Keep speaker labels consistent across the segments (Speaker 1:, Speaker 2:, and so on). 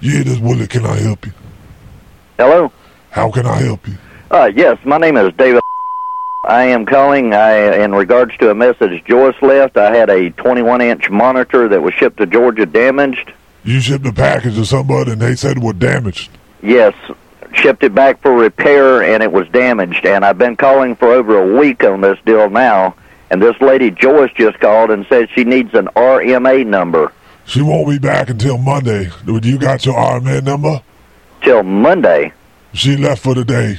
Speaker 1: Yeah, this Willie. Can I help you?
Speaker 2: Hello?
Speaker 1: How can I help you?
Speaker 2: Uh, yes, my name is David. I am calling I, in regards to a message Joyce left. I had a 21 inch monitor that was shipped to Georgia damaged.
Speaker 1: You shipped a package to somebody and they said it was damaged.
Speaker 2: Yes, shipped it back for repair and it was damaged. And I've been calling for over a week on this deal now. And this lady Joyce just called and said she needs an RMA number
Speaker 1: She won't be back until Monday. You got your RMN number?
Speaker 2: till Monday.
Speaker 1: She left for the day.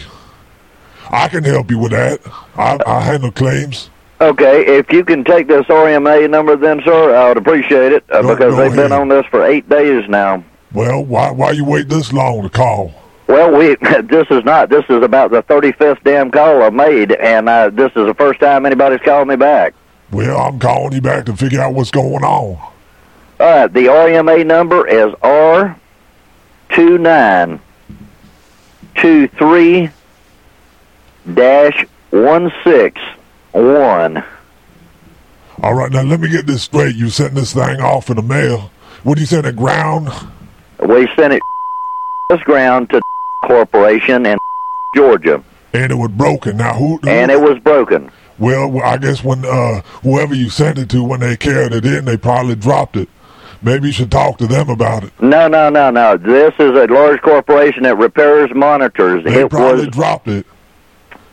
Speaker 1: I can help you with that. I, I handle claims.
Speaker 2: Okay, if you can take this RMA number then, sir, I would appreciate it uh,
Speaker 1: Go- go
Speaker 2: because they've been
Speaker 1: ahead.
Speaker 2: on this for eight days now.
Speaker 1: Well, why why you wait this long to call?
Speaker 2: Well, we this is not this is about the thirty fifth damn call I made, and uh, this is the first time anybody's called me back.
Speaker 1: Well, I'm calling you back to figure out what's going on.
Speaker 2: All right, the RMA number is R two nine two three dash one six one.
Speaker 1: All right, now let me get this straight. You sent this thing off in the mail. What do you send it ground?
Speaker 2: We sent it this ground to corporation in Georgia,
Speaker 1: And it was broken. Now who?
Speaker 2: and it was broken.
Speaker 1: Well, I guess when uh, whoever you sent it to, when they carried it in, they probably dropped it. Maybe you should talk to them about it.
Speaker 2: No, no, no, no. This is a large corporation that repairs monitors.
Speaker 1: They
Speaker 2: it
Speaker 1: probably
Speaker 2: was
Speaker 1: dropped it.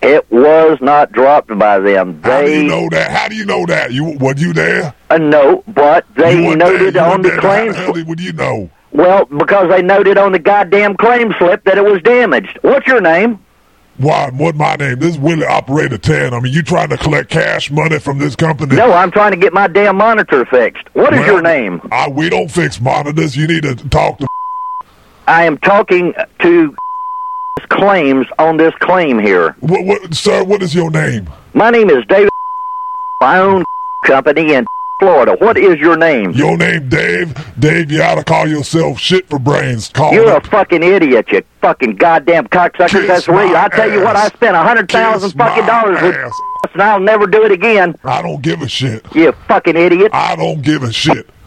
Speaker 2: It was not dropped by them.
Speaker 1: How do
Speaker 2: They
Speaker 1: you know that? How do you know that? You were you there?
Speaker 2: uh, no, but
Speaker 1: you
Speaker 2: they
Speaker 1: weren't there.
Speaker 2: noted
Speaker 1: You
Speaker 2: on
Speaker 1: weren't
Speaker 2: the
Speaker 1: there.
Speaker 2: claim.
Speaker 1: How the hell would you know?
Speaker 2: Well, because they noted on the goddamn claim slip that it was damaged. What's your name?
Speaker 1: Why? What my name? This Willie Operator Ten. I mean, you trying to collect cash money from this company?
Speaker 2: No, I'm trying to get my damn monitor fixed. What is
Speaker 1: Well,
Speaker 2: your name?
Speaker 1: I, we don't fix monitors. You need to talk to.
Speaker 2: I am talking to claims on this claim here.
Speaker 1: What, what, sir? What is your name?
Speaker 2: My name is David. I own company in Florida. What is your name?
Speaker 1: Your name, Dave. Dave, you ought to call yourself shit for brains. Call
Speaker 2: You're a
Speaker 1: it.
Speaker 2: fucking idiot, you fucking goddamn cocksucker.
Speaker 1: Kiss
Speaker 2: That's real.
Speaker 1: my
Speaker 2: I tell you what, I
Speaker 1: ass.
Speaker 2: spent a hundred thousand
Speaker 1: Kiss my
Speaker 2: fucking dollars with
Speaker 1: ass.
Speaker 2: and I'll never do it again.
Speaker 1: I don't give a shit.
Speaker 2: You fucking idiot.
Speaker 1: I don't give a shit.